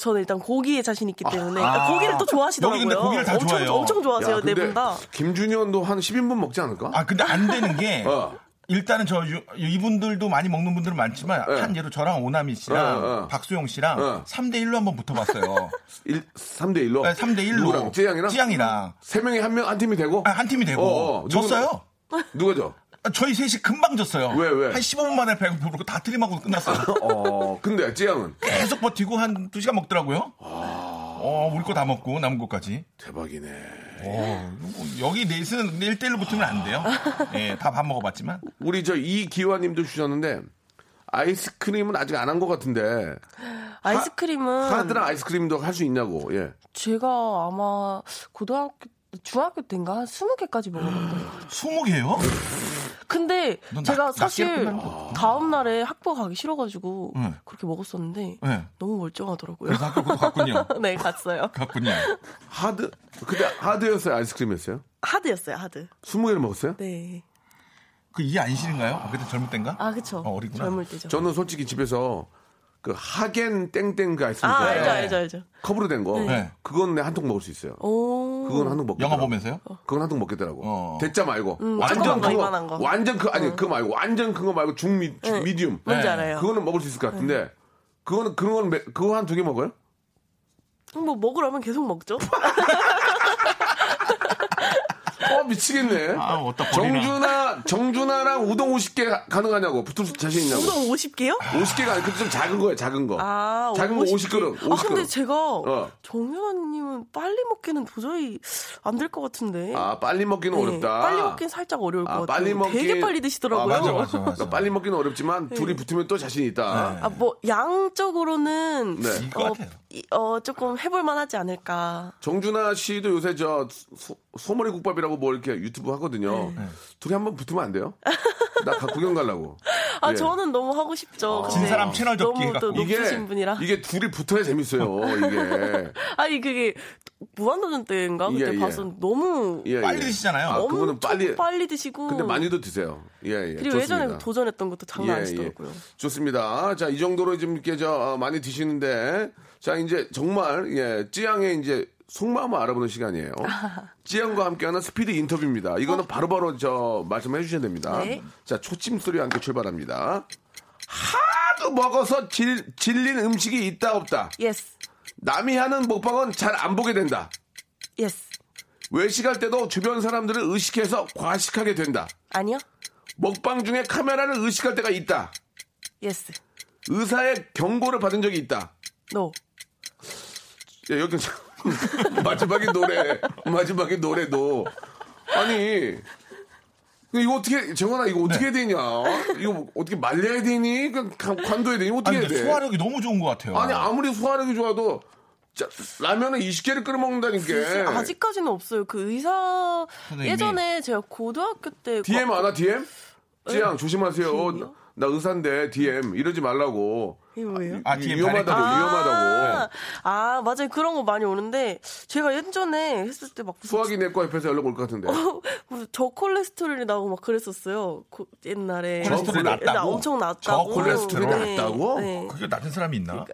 저는 일단 고기에 자신 아, 있기 때문에. 그러니까 고기를 또 좋아하시더라고요. 여기 근데 고기를 다 엄청, 좋아해요. 엄청 야, 좋아하세요, 근데 네 분 다. 김준현도 한 10인분 먹지 않을까? 아 근데 안 되는 게 어. 일단은 저 유- 이분들도 많이 먹는 분들은 많지만 예. 한 예로 저랑 오나미 씨랑 예, 예. 박수영 씨랑 예. 3대 1로 한번 붙어봤어요. 3대 1로. 아, 3대 1로 누구랑? 찌양이랑? 찌양이랑 세 명이 한 명 한 팀이 되고 아, 한 팀이 되고 어, 어. 누구- 졌어요. 누구죠? 아, 저희 셋이 금방 졌어요. 왜, 왜? 한 15분 만에 배고프고 다 트림하고 끝났어요. <laughs> 어, 근데 찌양은 계속 버티고 한 2시간 먹더라고요. 아. 어, 우리 거 다 먹고 남은 것까지. 대박이네. 어, 여기 넷은 1대1로 붙으면 안 돼요. 예, 다 밥 먹어봤지만. 우리 저 이기화님도 주셨는데 아이스크림은 아직 안 한 것 같은데 아이스크림은 하드랑 아이스크림도 할 수 있냐고. 예. 제가 아마 고등학교, 중학교 때인가 한 20개까지 먹어봤던 것 같아요. 20개요? 근데 음. 넌 제가 낙- 사실 낙지를 끝나는 다음 날에 학교 가기 싫어가지고 응. 그렇게 먹었었는데 네. 너무 멀쩡하더라고요. 그래서 학교 갔군요. <laughs> 네 갔어요. 갔군요. 하드 근데 하드였어요 아이스크림이었어요? 하드였어요 하드. 20개를 먹었어요? 네. 그 이해 안 싫은가요? 아, 그때 젊을 땐가? 아 그쵸. 어, 어리구나. 젊을 때죠. 저는 솔직히 집에서 그 하겐 땡땡 그 아이스크림 아 있잖아요. 알죠 알죠 알죠. 컵으로 된 거. 네. 그건 내 한 통 먹을 수 있어요. 오. 그건 한동 먹. 영화 보면서요? 그건 한동 먹겠더라고. 어. 대짜 말고 조그만 거, 큰 음, 이만한 거. 어. 완전 그 아니 그거 말고 완전 큰 거 말고 중미 중- 네. 미디움. 뭔지 네. 알아요. 그거는 먹을 수 있을 것 같은데 그거는 그런 건 매- 그거 한 두 개 먹어요? 뭐 먹으라면 계속 <laughs> 먹죠. 어 미치겠네. 아, 어디다 버리나. 정준아 정준아랑 우동 50개 가- 가능하냐고 붙을 수 자신 있냐고. 우동 50개요? 50개가 아니 그좀 작은 거예요 작은 거. 아, 작은 거 50그릇. 50그릇. 아, 근데 제가 어. 정유라님은 빨리 먹기는 도저히 안 될 것 같은데. 아, 빨리 먹기는 네, 어렵다. 빨리 먹기는 살짝 어려울 것 아, 같아요. 빨리 먹기 되게 빨리 드시더라고요. 네. 아, 맞아, 맞아, 맞아. 그러니까 빨리 먹기는 어렵지만 둘이 붙으면 또 자신 있다. 아, 뭐 양적으로는 네. 이거 어, 같아요. 이- 어, 조금 해볼만하지 않을까. 정준하 씨도 요새 저 소, 소머리 국밥이라고 뭐 이렇게 유튜브 네. 하거든요. 네. 둘이 한번 붙으면 안 돼요? 나 가- 구경 <laughs> 가려고. 아 예. 저는 너무 하고 싶죠. 어, 진 근데 사람 채널 접기 너무 또 갖고. 이게 높으신 분이라. 이게 둘이 붙어야 재밌어요. 이게 아니 그게 무한도전 때인가 그때 예, 예. 봤어 너무 예, <laughs> 빨리 예. 드시잖아요. 아, 그거는 엄청 빨리. 빨리, 드시고. 근데 많이도 드세요. 예, 예. 그리고 좋습니다. 예전에 도전했던 것도 장난 아니시더라고요. 예. 좋습니다. 자, 이 정도로 좀 이렇게 저 어, 많이 드시는데 자, 이제 정말 예, 찌양의 이제 속마음을 알아보는 <laughs> 시간이에요. 찌양과 함께하는 스피드 인터뷰입니다. 이거는 바로바로 저 말씀해 주셔야 됩니다. 어? 네. 자, 초침 소리와 함께 출발합니다. 하도 먹어서 질, 질린 음식이 있다 없다. 예스 남이 하는 먹방은 잘 안 보게 된다. 예스 외식할 때도 주변 사람들을 의식해서 과식하게 된다. 아니요 먹방 중에 카메라를 의식할 때가 있다. 예스 의사의 경고를 받은 적이 있다. 노 야, 예, 여기 <laughs> 마지막에 노래, 마지막에 노래도 아니 이거 어떻게 정원아 이거 어떻게 해야 되냐? 이거 어떻게 말려야 되니? 그냥 가- 관둬야 되니? 어떻게 아니, 해야 근데 돼? 소화력이 너무 좋은 것 예, 네. 같아요. 아니 아무리 소화력이 좋아도 자, 라면을 20개를 끓여 먹는다니까. 아직까지는 없어요. 그 의사 선생님이- 예전에 제가 고등학교 때 DM 안 와, DM? 찌양 조심하세요. DM이요? 나 의사인데 DM 이러지 말라고. 이게 뭐예요? 아, DM 위험하다고 아, 위험하다고. 아, 아, 맞아요. 그런 거 많이 오는데 제가 예전에 했을 때 막 <laughs> 소화기 내과 옆에서 연락 올 것 같은데. 저콜레스테롤이 나고 막 그랬었어요. 고- 옛날에 콜레스테롤이 네, 낮다고? 나 엄청 낮다고. 저콜레스테롤이 네, 낮다고? 네. 그게 낮은 사람이 있나?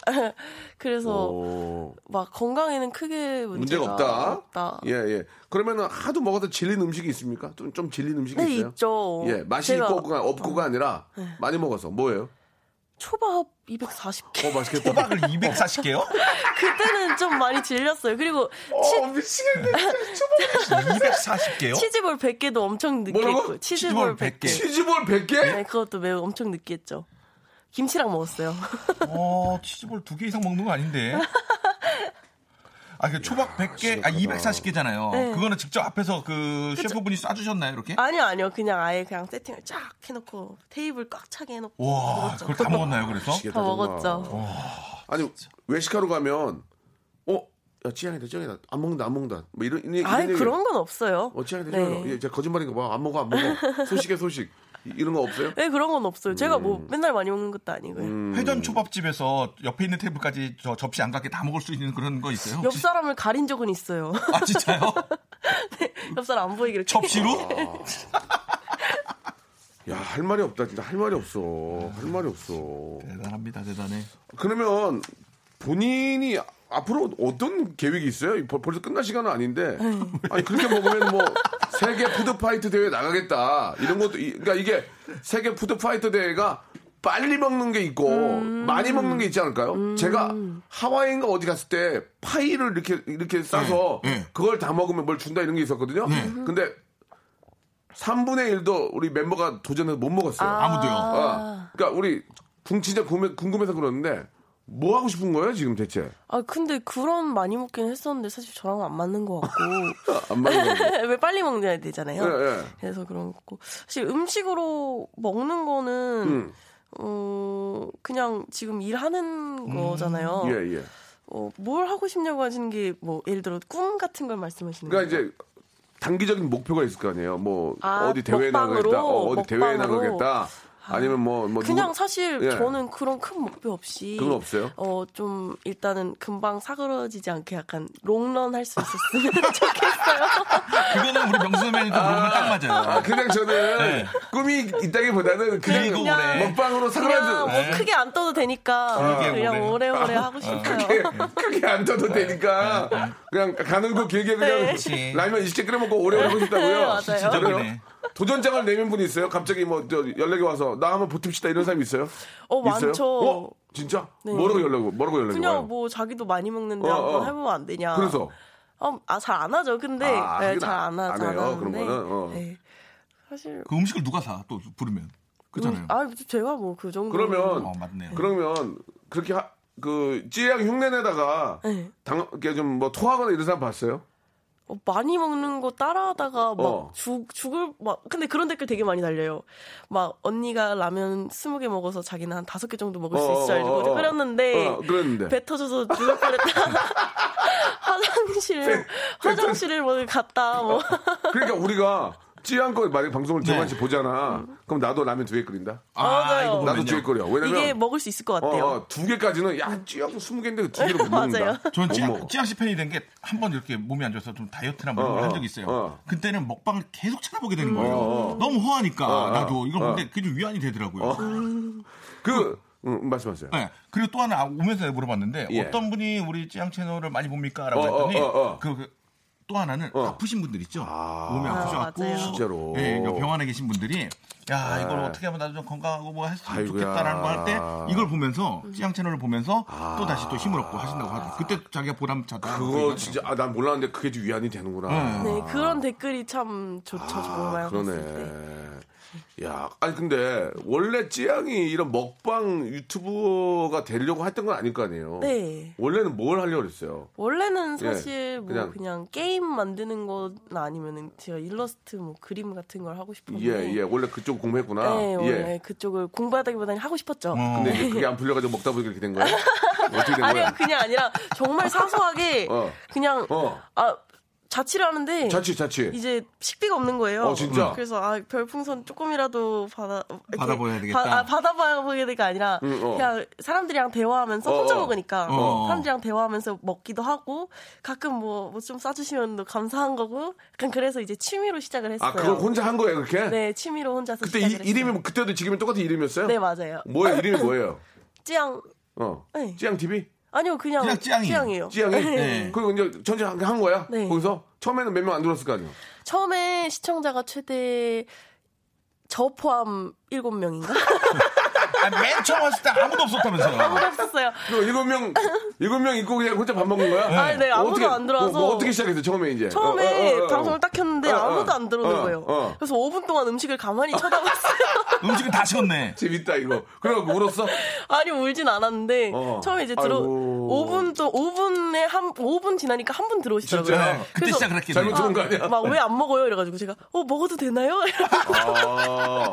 그래서 오. 막 건강에는 크게 문제가, 문제가 없다. 없다. 예, 예. 그러면은 하도 먹어서 질린 음식이 있습니까? 좀, 좀 질린 음식이 네, 있어요? 있죠. 예, 맛이 제가- 네. 있고 없고가, 없고가 아니라 많이 먹어서 뭐예요? 초밥 240개. 어, 맛있겠다. <laughs> 호박을 240개요? 그때는 좀 많이 질렸어요. 그리고 어, 미치겠네. 240개요? 치즈볼 100개도 엄청 늦게 뭐라고? 했고. 치즈볼 100 <laughs> 개. 치즈볼 100개? 네, 그것도 매우 엄청 늦게 했죠. 김치랑 먹었어요. 어, 치즈볼 두 개 이상 먹는 거 아닌데. 아, 그 초밥 100개, 아, 240개잖아요. 그거는 직접 앞에서 그 셰프분이 쏴주셨나요, 이렇게? 네. 아니요, 아니요. 그냥 아예 그냥 세팅을 쫙 해놓고 테이블 꽉 차게 해놓고 와, 먹었죠. 그걸 다 어. 먹었나요, 그래서? 미치겠다, <laughs> 다 정말. 먹었죠. 아니, 외식하러 가면, 어, 야, 찌양이다, 찌양이다. 안 먹는다, 안 먹는다. 뭐 이런, 이런 얘기. 아예 이런 얘기. 그런 건 없어요. 어, 찌양이다, 네. 찌양이다. 예, 제가 거짓말인가 봐. 안 먹어, 안 먹어. 소식에 소식. 이- 이런 거 없어요? 네, 그런 건 없어요. 제가 뭐 맨날 많이 먹는 것도 아니고요. 회전 초밥집에서 옆에 있는 테이블까지 저 접시 안 갖게 다 먹을 수 있는 그런 거 있어요? 옆 사람을 가린 적은 있어요. <laughs> 네, <laughs> 아, 진짜요? 옆 사람 안 보이게 이렇게. 접시로? 아. 야, 할 말이 없다. 진짜 할 말이 없어. 할 말이 없어. 대단합니다, 대단해. 그러면 본인이 앞으로 어떤 계획이 있어요? 벌, 벌써 끝날 시간은 아닌데 아니 그렇게 먹으면 뭐 세계 푸드 파이트 대회 나가겠다 이런 것도 이- 그러니까 이게 세계 푸드 파이트 대회가 빨리 먹는 게 있고 많이 먹는 게 있지 않을까요? 제가 하와이인가 어디 갔을 때 파이를 이렇게 이렇게 싸서 네, 네. 그걸 다 먹으면 뭘 준다 이런 게 있었거든요. 근데 3분의 1도 우리 멤버가 도전해서 못 먹었어요. 아무도요. 아, 그러니까 우리 궁 진짜 궁금해, 궁금해서 그러는데 뭐 하고 싶은 거예요 지금 대체? 아, 근데 그런 많이 먹긴 했었는데 사실 저랑 안 맞는 것 같고. 안 맞는 거. <laughs> 왜 빨리 먹냐 되잖아요. 예, 예. 그래서 그런 거고. 사실 음식으로 먹는 거는 어, 그냥 지금 일하는 음. 거잖아요. 예, 예. 어, 뭘 하고 싶냐고 하시는 게 뭐 예를 들어 꿈 같은 걸 말씀하시는 거예요. 그러니까 이제 단기적인 목표가 있을 거 아니에요. 뭐 아, 어디 대회 에 먹방으로, 나가겠다, 어, 디 대회 에 먹방으로. 나가겠다. 아니면 뭐, 뭐 그냥 누구- 사실 예. 저는 그런 큰 목표 없이 그건 없어요? 어, 좀 일단은 금방 사그러지지 않게 약간 롱런 할 수 있었으면 <laughs> 좋겠어요. 그거는 우리 명수 선배님도 그러면 딱 맞아요. 아, 그냥 저는 네. 꿈이 있다기보다는 그냥 길고 네. 오래. 먹방으로 그냥 사그라져 네. 뭐 크게 안 떠도 되니까 그게 아, 그냥 오래. 오래오래 하고 싶어요. 크게 예, 크게 안 떠도 되니까 그냥 가는 곳 길게 그냥 네. 그렇지. 라면 일찍 끓여 먹고 오래 오래 네, 싶다고요. 맞아요. 진짜 그래요? 그러네. 도전장을 내민 분이 있어요? 갑자기 뭐 저 연락이 와서 나 한번 보틉시다 이런 사람 있어요? 어, 있어요? 많죠. 어? 진짜? 네. 뭐라고 연락 뭐라고 연락이 와요? 그냥 뭐 자기도 많이 먹는데 어, 한번 어. 해보면 안 되냐. 그래서 어, 아, 잘 안 하죠. 근데 네, 아, 하긴 잘 안 안 하죠. 해요, 그런 거는. 어. 사실 그 음식을 누가 사 또 부르면 그잖아요. 아, 제가 뭐 그 정도. 그러면 어 맞네요. 음, 그러면 그렇게 하, 그 찌양 흉내내다가 네. 당 이렇게 좀 뭐 토하거나 이런 사람 봤어요? 어, 많이 먹는 거 따라하다가 막 어. 죽, 죽을 막 근데 그런 댓글 되게 많이 달려요. 막 언니가 라면 스무 개 먹어서 자기는 한 다섯 개 정도 먹을 수 어, 있어 어, 어, 가지고 어. 끓였는데 어, 그랬는데. 네. 배 터져서 죽을 뻔했다. <laughs> 화장실 화장실을 뭐 갔다 뭐 그러니까 <laughs> 우리가 찌양껏 만약 방송을 두 네. 번씩 보잖아. 그럼 나도 라면 두 개 끓인다. 아 맞아요. 이거 보면요. 나도 두 개 끓여. 왜냐면 이게 먹을 수 있을 것 어, 같아요. 어, 두 개까지는 야 찌양 스무 개인데 두 <laughs> 개를 못 맞아요. 먹는다. 저는 못 찌양, 먹어. 찌양씨 팬이 된 게 한 번 이렇게 몸이 안 좋아서 좀 다이어트나 뭐 이런 어, 걸 한 어, 적이 있어요. 어. 그때는 먹방을 계속 찾아보게 되는 거예요. 어, 어. 너무 허하니까 어, 어. 나도 이걸 어. 보는데 그게 좀 위안이 되더라고요. 그 음, 말씀하세요. 네. 그리고 또 하나 오면서 물어봤는데 예. 어떤 분이 우리 찌양 채널을 많이 봅니까라고 어, 했더니 어, 어, 어. 그, 그, 또 하나는 어. 아프신 분들 있죠. 몸이 아프셔갖고 맞아요. 진짜로. 아. 예, 그 병원에 계신 분들이 야 이걸 어떻게 하면 나도 좀 건강하고 뭐 했으면 아이고야. 좋겠다라는 거 할 때 이걸 보면서 찌양 채널을 보면서 또 다시 또 힘을 얻고 하신다고 하죠. 그때 자기가 보람 찾다. 아. 그거 진짜 아, 난 몰랐는데 그게 좀 위안이 되는구나. 네, 그런 댓글이 참 좋죠, 정말. 봤을 어. 때. 아, 그러네. 야, 아니 근데 원래 찌양이 이런 먹방 유튜버가 되려고 했던 건 아닐 거 아니에요. 네. 원래는 뭘 하려고 그랬어요? 원래는 사실 뭐 예, 그냥- 그냥, 게임 만드는 거나 아니면은 제가 일러스트 뭐 그림 같은 걸 하고 싶었는데 예, 예. 원래 그쪽 공부했구나. 음. 네, 원래 예. 음, 그쪽을 공부하다기보다는 하고 싶었죠. 어. 근데 이제 그게 안 풀려가지고 먹다 보니까 이렇게 된 거예요? 어떻게 된 아니요, 거예요? 그냥 아니라 정말 사소하게 <laughs> 어. 그냥 어. 아 자취를 하는데 자취, 자취. 이제 식비가 없는 거예요. 어, 진짜? 그래서 아 별풍선 조금이라도 받아 이렇게 받아봐야 되겠다. 받- 아, 받아봐야 되가 아니라 음, 어. 그냥 사람들이랑 대화하면서 어, 혼자 어. 먹으니까 어. 사람들이랑 대화하면서 먹기도 하고 가끔 뭐 뭐 좀 싸주시면 또 감사한 거고 약간 그래서 이제 취미로 시작을 했어요. 아, 그걸 혼자 한 거예요, 그렇게? 네 취미로 혼자서 그때 시작을 이, 했어요. 이름이 그때도 지금이 똑같은 이름이었어요? 네 맞아요. 뭐예요? <laughs> 이름이 뭐예요? 찌양 어. 네. 찌양 TV? 아니요 그냥, 그냥 찌양이에요. 찌양이에요. 찌양이? 네. 그리고 이제 전체 한, 한 거야? 네. 거기서 처음에는 몇 명 안 들었을 거 아니에요? 처음에 시청자가 최대 저 포함 <laughs> 7명인가? 아, 맨 처음 왔을 때 아무도 없었다면서요. 없었어요. 그 일곱 명 일곱 명 있고 그냥 혼자 밥 먹는 거야? 아, 네, 아무도 어떻게, 안 들어와서. 뭐, 뭐 어떻게 시작했어 처음에 이제? 처음에 어, 어, 어, 어, 어. 방송을 딱 켰는데 어, 어, 아무도 안 들어오는 어, 거예요. 어. 그래서 5분 동안 음식을 가만히 <laughs> 쳐다봤어요. <laughs> 음식은 다 식었네. 재밌다 이거. 그래갖고 울었어? 아니 울진 않았는데 어. 처음에 이제 들어 아이고. 5분 또 5분에 한 5분 지나니까 한 분 들어오시더라고요. 진짜요? 예, 그때 시작을 했겠네. 잘못 들어온 거 아니야? 네. 막 왜 안 먹어요? 이래가지고 제가 어 <laughs> 먹어도 되나요? <laughs> 아,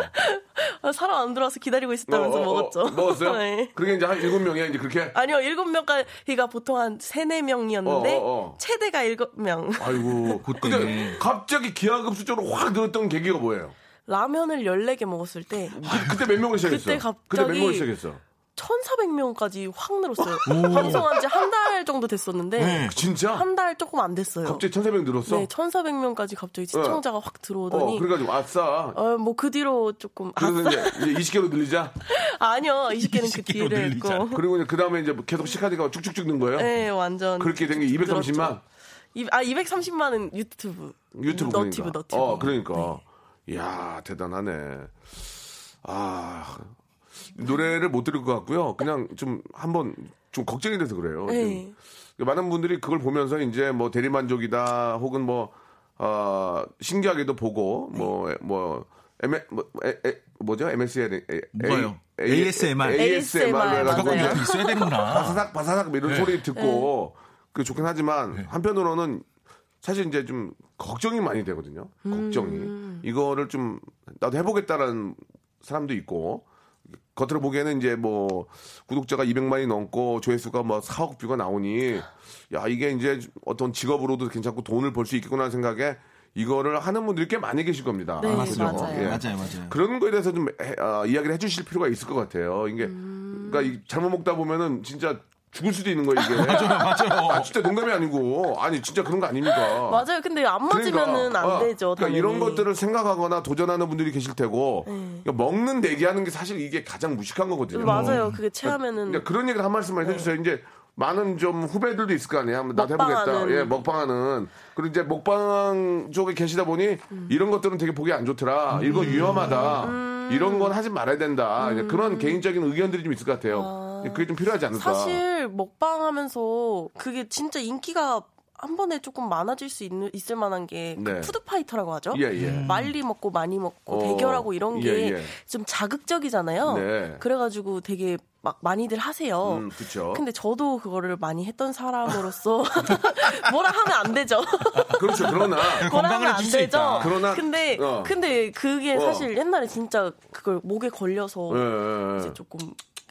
아, 사람 안 들어와서 기다리고 있었다면서 어, 어, 어, 먹었죠. 먹었어요? <laughs> 네. 그게 이제 한 일곱 명이야 이제 그렇게. 아니요, 7명까지가 보통 한 3, 4명이었는데 어, 어, 어. 최대가 7명. 아이고. 곧거네. 근데 갑자기 기하급수적으로 확 늘었던 계기가 뭐예요? 라면을 14개 먹었을 때 그, 그때 몇 명을 시작했어? 그때 갑자기- 그때 몇 명을 시작했어? 1,400명까지 확 늘었어요. 방송한 지 한 달 정도 됐었는데 네. 진짜? 한 달 조금 안 됐어요. 갑자기 천사병 늘었어? 네, 1,400명까지 갑자기 시청자가 확 어, 들어오더니 그래가지고 아싸. 어, 뭐 그 뒤로 조금 아, 그래서 이제, 이제 20개로 늘리자. 아니요. 20개는 그 20 뒤로 개로 했고. 늘리자. 그리고 이제 그 다음에 이제 계속 시카디가 쭉쭉쭉 는 거예요. 네, 완전 그렇게 된 게 230만 늘었죠. 이- 아, 230만은 유튜브. 유튜브 그렇죠. 음, 너티브 그러니까. 너티브. 네. 어, 그러니까. 이야, 대단하네. 아, 노래를 못 들을 것 같고요. 그냥 좀 한번 좀 걱정이 돼서 그래요. 네. 지금 많은 분들이 그걸 보면서 이제 뭐 대리만족이다 혹은 뭐 어, 신기하게도 보고 네. 뭐뭐 뭐, M 뭐, 에, 에, 뭐죠? MSN 에, 에, 뭐예요? A- ASMR. ASMR 로 맞아요. 그거 해가지고 예. 이렇게 있어야 되는구나. 바사삭 바사삭 뭐 이런 소리 듣고 네. 그 좋긴 하지만 한편으로는 사실 이제 좀 걱정이 많이 되거든요. 걱정이 음. 이거를 좀 나도 해보겠다라는 사람도 있고 겉으로 보기에는 이제 뭐 구독자가 200만이 넘고 조회수가 뭐 4억 뷰가 나오니 야 이게 이제 어떤 직업으로도 괜찮고 돈을 벌 수 있겠구나 하는 생각에 이거를 하는 분들이 꽤 많이 계실 겁니다. 네, 그죠? 맞아요. 예. 맞아요, 맞아요. 그런 거에 대해서 좀 해- 아, 이야기를 해주실 필요가 있을 것 같아요. 이게 그러니까 이 잘못 먹다 보면은 진짜 죽을 수도 있는 거예요. 이게 <laughs> 맞아요. 아, 진짜 농담이 아니고 아니 진짜 그런 거 아닙니까? 맞아요. 근데 안 맞으면은 안 어, 되죠. 그러니까 당연히. 이런 것들을 생각하거나 도전하는 분들이 계실 테고 그러니까 먹는 얘기하는 게 사실 이게 가장 무식한 거거든요. 네. 맞아요. 그게 그러니까 체하면은 그런 얘기를 한 말씀만 해주세요. 이제 많은 좀 후배들도 있을 거 아니에요. 한번 나도 해보겠다. 먹방하는. 예, 먹방하는. 그리고 이제 먹방 쪽에 계시다 보니 이런 것들은 되게 보기 안 좋더라. 이거 음. 위험하다. 이런 건 하지 말아야 된다. 이제 그런 개인적인 의견들이 좀 있을 것 같아요. 예, 그게 좀 필요하지 않을까. 사실 먹방하면서 그게 진짜 인기가 한 번에 조금 많아질 수 있는, 있을 만한 게 네. 그 푸드파이터라고 하죠. 예, 음. 예. 말리 먹고 많이 먹고 어, 대결하고 이런 게 좀 예, 예. 자극적이잖아요. 네. 그래가지고 되게 막 많이들 하세요. 음, 그쵸. 근데 저도 그거를 많이 했던 사람으로서 <laughs> 뭐라 하면 안 <laughs> 되죠. 그렇죠. <laughs> 그러나. 뭐라 건강을 하면 안 해줄 수 되죠. 있다. 그러나- 근데 어. 근데 그게 어. 사실 옛날에 진짜 그걸 목에 걸려서 예, 예, 예. 이제 조금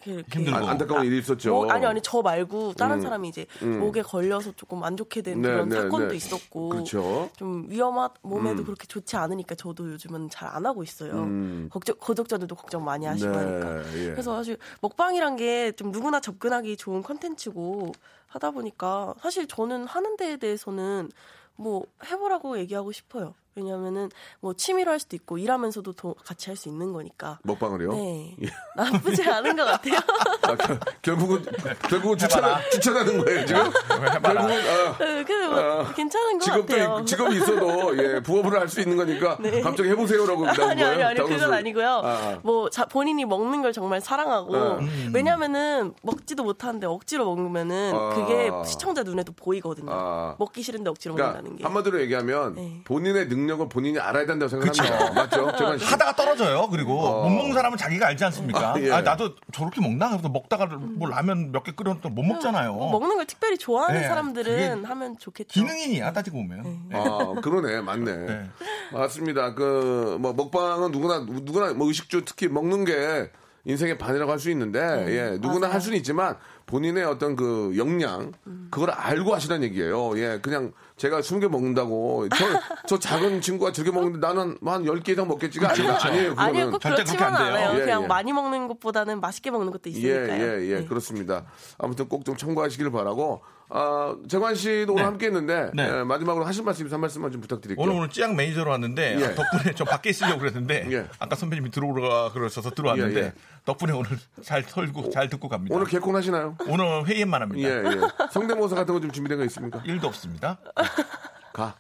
이렇게 힘들고. 안- 안타까운 일이 있었죠. 음, 뭐, 아니 아니 저 말고 다른 사람이 이제 목에 걸려서 조금 안 좋게 된 네, 그런 네, 사건도 네. 있었고 그렇죠. 음. 좀 위험한 몸에도 그렇게 좋지 않으니까 저도 요즘은 잘 안 하고 있어요. 걱정 거독자들도 걱정 많이 하시고 음. 네, 하니까 예. 그래서 사실 먹방이란 게 좀 누구나 접근하기 좋은 컨텐츠고 하다 보니까 사실 저는 하는 데에 대해서는 뭐 해보라고 얘기하고 싶어요. 왜냐면은 뭐 취미로 할 수도 있고 일하면서도 도- 같이 할 수 있는 거니까. 먹방을요? 네. 나쁘지 않은 것 같아요. <laughs> 아, 결- 결국은 결국은 추천하, 추천하는 거예요 지금. <laughs> 결국은 아, 네, 그래도 뭐 괜찮은 것 직업도 같아요. 네. 있- 직업이 있어도 예 부업을 할 수 있는 거니까 갑자기 해보세요라고 나온 <laughs> 아니 거예요. 아니 아니 그건 당황스러워. 아니고요. 아, 뭐 자, 본인이 먹는 걸 정말 사랑하고 아. 음. 왜냐면은 먹지도 못하는데 억지로 먹으면은 아. 그게 시청자 눈에도 보이거든요. 아. 먹기 싫은데 억지로 그러니까 먹는다는 게. 한마디로 얘기하면 네. 본인의 능력을 본인이 알아야 된다고 생각합니다. 맞죠? 제가 <laughs> 하다가 떨어져요. 그리고 못 먹는 사람은 자기가 알지 아, 않습니까? 예. 음. 아, 나도 저렇게 먹나? 그래서 먹다가 뭐 라면 몇 개 끓여놓고 못 먹잖아요. 어, 뭐 먹는 걸 특별히 좋아하는 어. 네, 사람들은 그게 하면 좋겠죠. 기능인이야 따지고 보면. 네. 아, 그러네, 맞네. 네. 맞습니다. 그, 뭐, 먹방은 누구나, 누구나, 뭐, 의식주 특히 먹는 게 인생의 반이라고 할 수 있는데, 음, 예, 누구나 할 수는 있지만, 본인의 어떤 그 역량, 음. 그걸 알고 하시라는 얘기예요. 예, 그냥 제가 숨겨 먹는다고, 저, 저 작은 친구가 저게 먹는데 나는 뭐한 10개 이상 먹겠지가 아니, 아니에요. 그거는. 아니요, 꼭 절대 그렇게 그렇지만 안 돼요. 않아요. 예, 그냥 예. 많이 먹는 것보다는 맛있게 먹는 것도 있으니까요. 예, 예, 예, 네. 그렇습니다. 아무튼 꼭 좀 참고하시길 바라고, 아, 재관 씨도 오늘 함께 했는데, 네. 예, 마지막으로 하실 말씀, 한 말씀만 좀 부탁드릴게요. 오늘 오늘 찌양 매니저로 왔는데 아, 예. 덕분에 저 밖에 있으려고 그랬는데 예. 아까 선배님이 들어오라 그러셔서 들어왔는데 예, 예. 덕분에 오늘 잘 털고 잘 듣고 갑니다. 오늘 오늘, 개콘하시나요? 회의만 합니다. 예, 예. 성대모사 같은 거 좀 준비된 거 있습니까? 일도 없습니다. 가.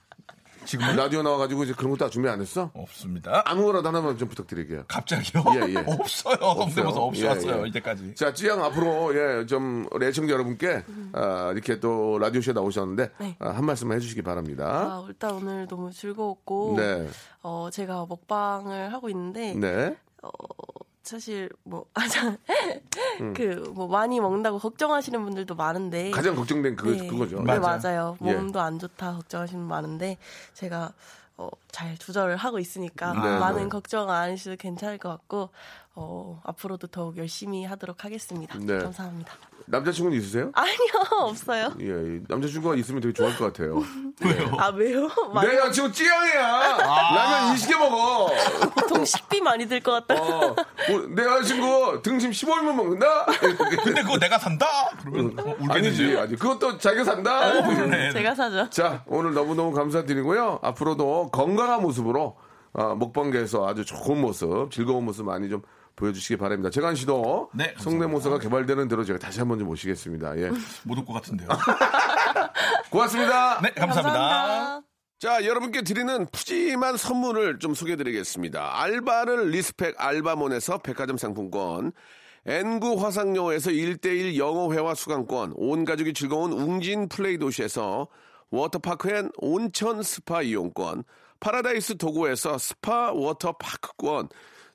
지금 라디오 나와가지고 이제 그런 것도 다 준비 안 했어? 없습니다. 아무거나 하나만 좀 부탁드릴게요. 갑자기요? 예, 예. 없어요. 성대모사 없이 예, 왔어요 예. 이제까지. 자, 찌양 앞으로, 예, 좀, 우리 애청자 여러분께, 아, 이렇게 또 라디오쇼에 나오셨는데, 네. 아, 한 말씀만 해주시기 바랍니다. 아, 일단 오늘 너무 즐거웠고 네. 어, 제가 먹방을 하고 있는데 네. 어, 사실 뭐 <laughs> 아자 그 뭐 많이 먹는다고 걱정하시는 분들도 많은데 음. 가장 걱정된 그, 네. 그거죠. 네, 예. 맞아요. 맞아요. 몸도 안 좋다 걱정하시는 분 많은데 제가 어, 잘 조절을 하고 있으니까 네, 많은 네. 걱정 안 하셔도 괜찮을 것 같고 어, 앞으로도 더욱 열심히 하도록 하겠습니다. 네. 감사합니다. <laughs> 남자친구는 있으세요? 아니요 없어요. 예, 이 남자친구가 있으면 되게 좋아할 것 같아요. 왜요? 아 왜요? <laughs> 많이 내 남자친구 찌양이야! 아. 라면 20개 먹어! 보통 식비 많이 들 것 같다. 어, 뭐, 내 남자친구 등심 15일만 먹는다? 근데 그거 내가 산다? 그러면 어, 음. 아니지, 울겠는데요? 아니 그것도 자기가 산다. 네. 제가 사죠. 자, 오늘 너무너무 감사드리고요. 앞으로도 건강한 모습으로 아, 먹방계에서 아주 좋은 모습, 즐거운 모습 많이 좀 보여주시기 바랍니다. 재관 씨도 네, 감사합니다. 성대모사가 개발되는 대로 제가 다시 한번 좀 모시겠습니다. 예. 못 올 것 같은데요. 고맙습니다. 네, 감사합니다. 자, 여러분께 드리는 푸짐한 선물을 좀 소개드리겠습니다. 알바를 리스펙 알바몬에서 백화점 상품권, N구 화상영어에서 1대1 영어회화 수강권, 온 가족이 즐거운 웅진 플레이 도시에서 워터파크 엔 온천 스파 이용권, 파라다이스 도구에서 스파 워터파크권,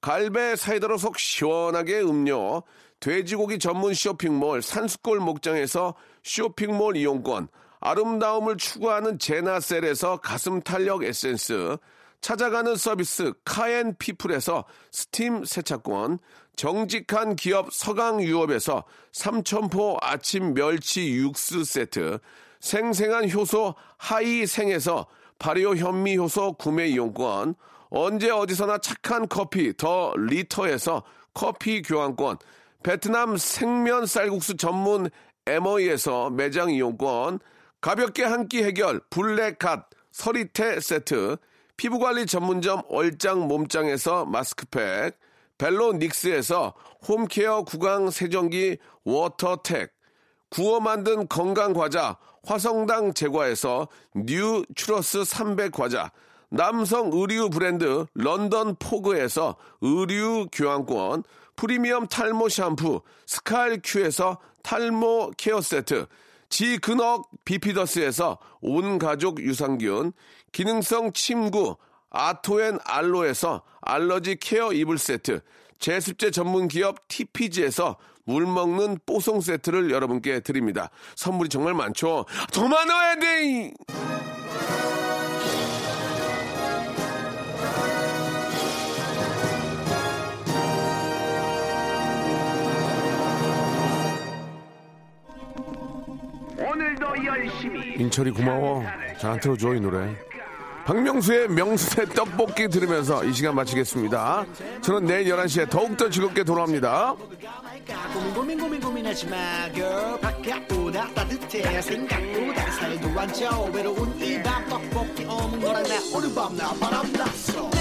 갈배 사이다로 속 시원하게 음료, 돼지고기 전문 쇼핑몰 산수골 목장에서 쇼핑몰 이용권, 아름다움을 추구하는 제나셀에서 가슴 탄력 에센스, 찾아가는 서비스 카엔피플에서 스팀 세차권, 정직한 기업 서강유업에서 삼천포 아침 멸치 육수 세트, 생생한 효소 하이생에서 발효 현미 효소 구매 이용권, 언제 어디서나 착한 커피 더 리터에서 커피 교환권, 베트남 생면 쌀국수 전문 에머이에서 매장 이용권, 가볍게 한 끼 해결 블랙갓 서리태 세트, 피부관리 전문점 얼짱 몸짱에서 마스크팩, 벨로닉스에서 홈케어 구강 세정기 워터텍, 구워 만든 건강 과자 화성당 제과에서 뉴 추러스 300 과자 남성 의류 브랜드 런던 포그에서 의류 교환권 프리미엄 탈모 샴푸 스칼 큐에서 탈모 케어 세트 지근억 비피더스에서 온 가족 유산균 기능성 침구 아토앤 알로에서 알러지 케어 이불 세트, 제습제 전문 기업 TPG에서 물 먹는 뽀송 세트를 여러분께 드립니다. 선물이 정말 많죠? 더 많아야 돼! 인철이 고마워. 잘 안 틀어줘, 이 노래. 박명수의 명수의 떡볶이 들으면서 이 시간 마치겠습니다. 저는 내일 11시에 더욱더 즐겁게 돌아옵니다. 고민 고민 고민하지 마 girl 바깥보다 따뜻해 생각보다 살도 안 쪄 외로운 이밤 떡볶이 어묵 너랑 나 오늘 밤나 바람났어